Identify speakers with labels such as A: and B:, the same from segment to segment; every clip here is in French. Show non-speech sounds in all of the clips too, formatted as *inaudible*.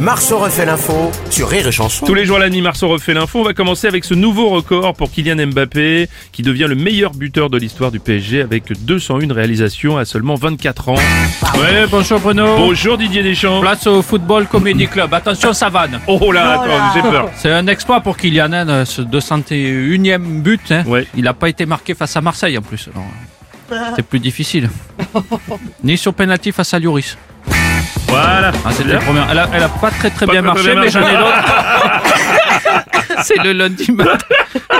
A: Marceau refait l'info sur Rire et Chanson.
B: Tous les jours à la nuit, Marceau refait l'info. On va commencer avec ce nouveau record pour Kylian Mbappé, qui devient le meilleur buteur de l'histoire du PSG avec 201 réalisations à seulement 24 ans.
C: Ouais, bonjour Bruno.
B: Bonjour Didier Deschamps.
C: Place au Football Comedy Club. Attention, Savane.
B: Oh là, attends, j'ai peur.
C: C'est un exploit pour Kylian, hein, ce 201e but. hein.
B: Ouais.
C: Il n'a pas été marqué face à Marseille en plus. alors, euh, C'est plus difficile. Ni sur penalty face à Lloris.
B: Voilà.
C: Ah, c'était
B: bien.
C: le premier. Elle a, elle a pas très très
B: Pas
C: bien
B: très,
C: marché,
B: très bien
C: mais j'en ai
B: marché.
C: d'autres. C'est le lundi matin.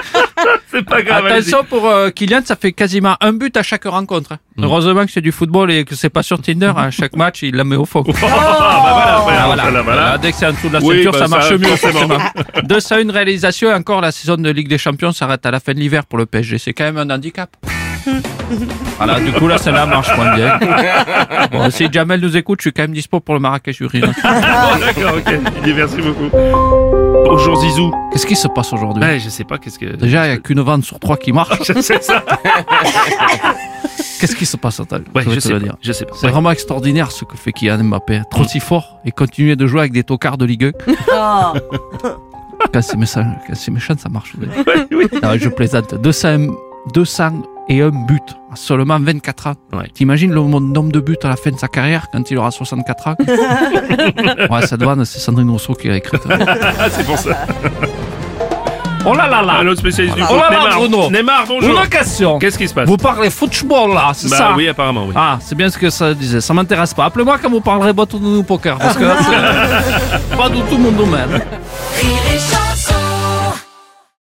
B: *laughs* C'est pas grave.
C: Attention pour euh, Kylian, ça fait quasiment un but à chaque rencontre. hein.
B: Mm.
C: Heureusement que c'est du football et que c'est pas sur Tinder. À chaque match, il la met au
B: *laughs*
C: fond.
B: allez-y. bah Voilà,
C: Ah,
B: voilà, voilà.
C: Dès que c'est en dessous de la
B: Oui,
C: ceinture,
B: bah,
C: ça marche
B: ça,
C: mieux.
B: forcément.
C: forcément. *laughs* 201 réalisation et encore la saison de Ligue des Champions s'arrête à la fin de l'hiver pour le PSG. C'est quand même un *laughs* handicap. voilà, du coup là, celle-là marche moins bien. Bon, si Jamel nous écoute, je suis quand même dispo pour le Marrakech Urine.
B: Ah, Bon, D'accord, ok. Didier, merci beaucoup. Bonjour Zizou.
C: Qu'est-ce qui se passe aujourd'hui
B: Ouais, je sais pas qu'est-ce que.
C: Déjà, il n'y a qu'une vente sur trois qui marche.
B: *laughs* C'est ça.
C: Qu'est-ce qui se passe, Antoine
B: Ouais,
C: Je vais
B: je
C: te
B: sais
C: le
B: pas.
C: dire.
B: Je sais pas.
C: C'est vraiment extraordinaire ce que fait Kylian Mbappé. Trop si fort et continuer de jouer avec des tocards de Ligue 1. Quand c'est méchant, quand c'est méchant, ça marche. vous voyez.
B: Ouais, oui.
C: Non, je plaisante. 200, 200 et un but. Seulement 24 ans.
B: Ouais.
C: T'imagines le mon- nombre de buts à la fin de sa carrière quand il aura 64 ans Ouais, cette vanne, c'est Sandrine Rousseau qui l'a écrite.
B: Ah, c'est pour ça.
C: Oh là là là
B: Un autre spécialiste du
C: Oh
B: foot.
C: là là, Bruno.
B: Neymar. Neymar, bonjour.
C: Une question
B: Qu'est-ce qui se passe
C: Vous parlez football là, c'est
B: Bah
C: ça
B: oui, apparemment, oui.
C: Ah, c'est bien ce que ça disait. Ça m'intéresse pas. *laughs* Appelez-moi quand vous parlerez bot ou nounou poker. Parce que là, c'est pas du tout mon domaine.
A: Rire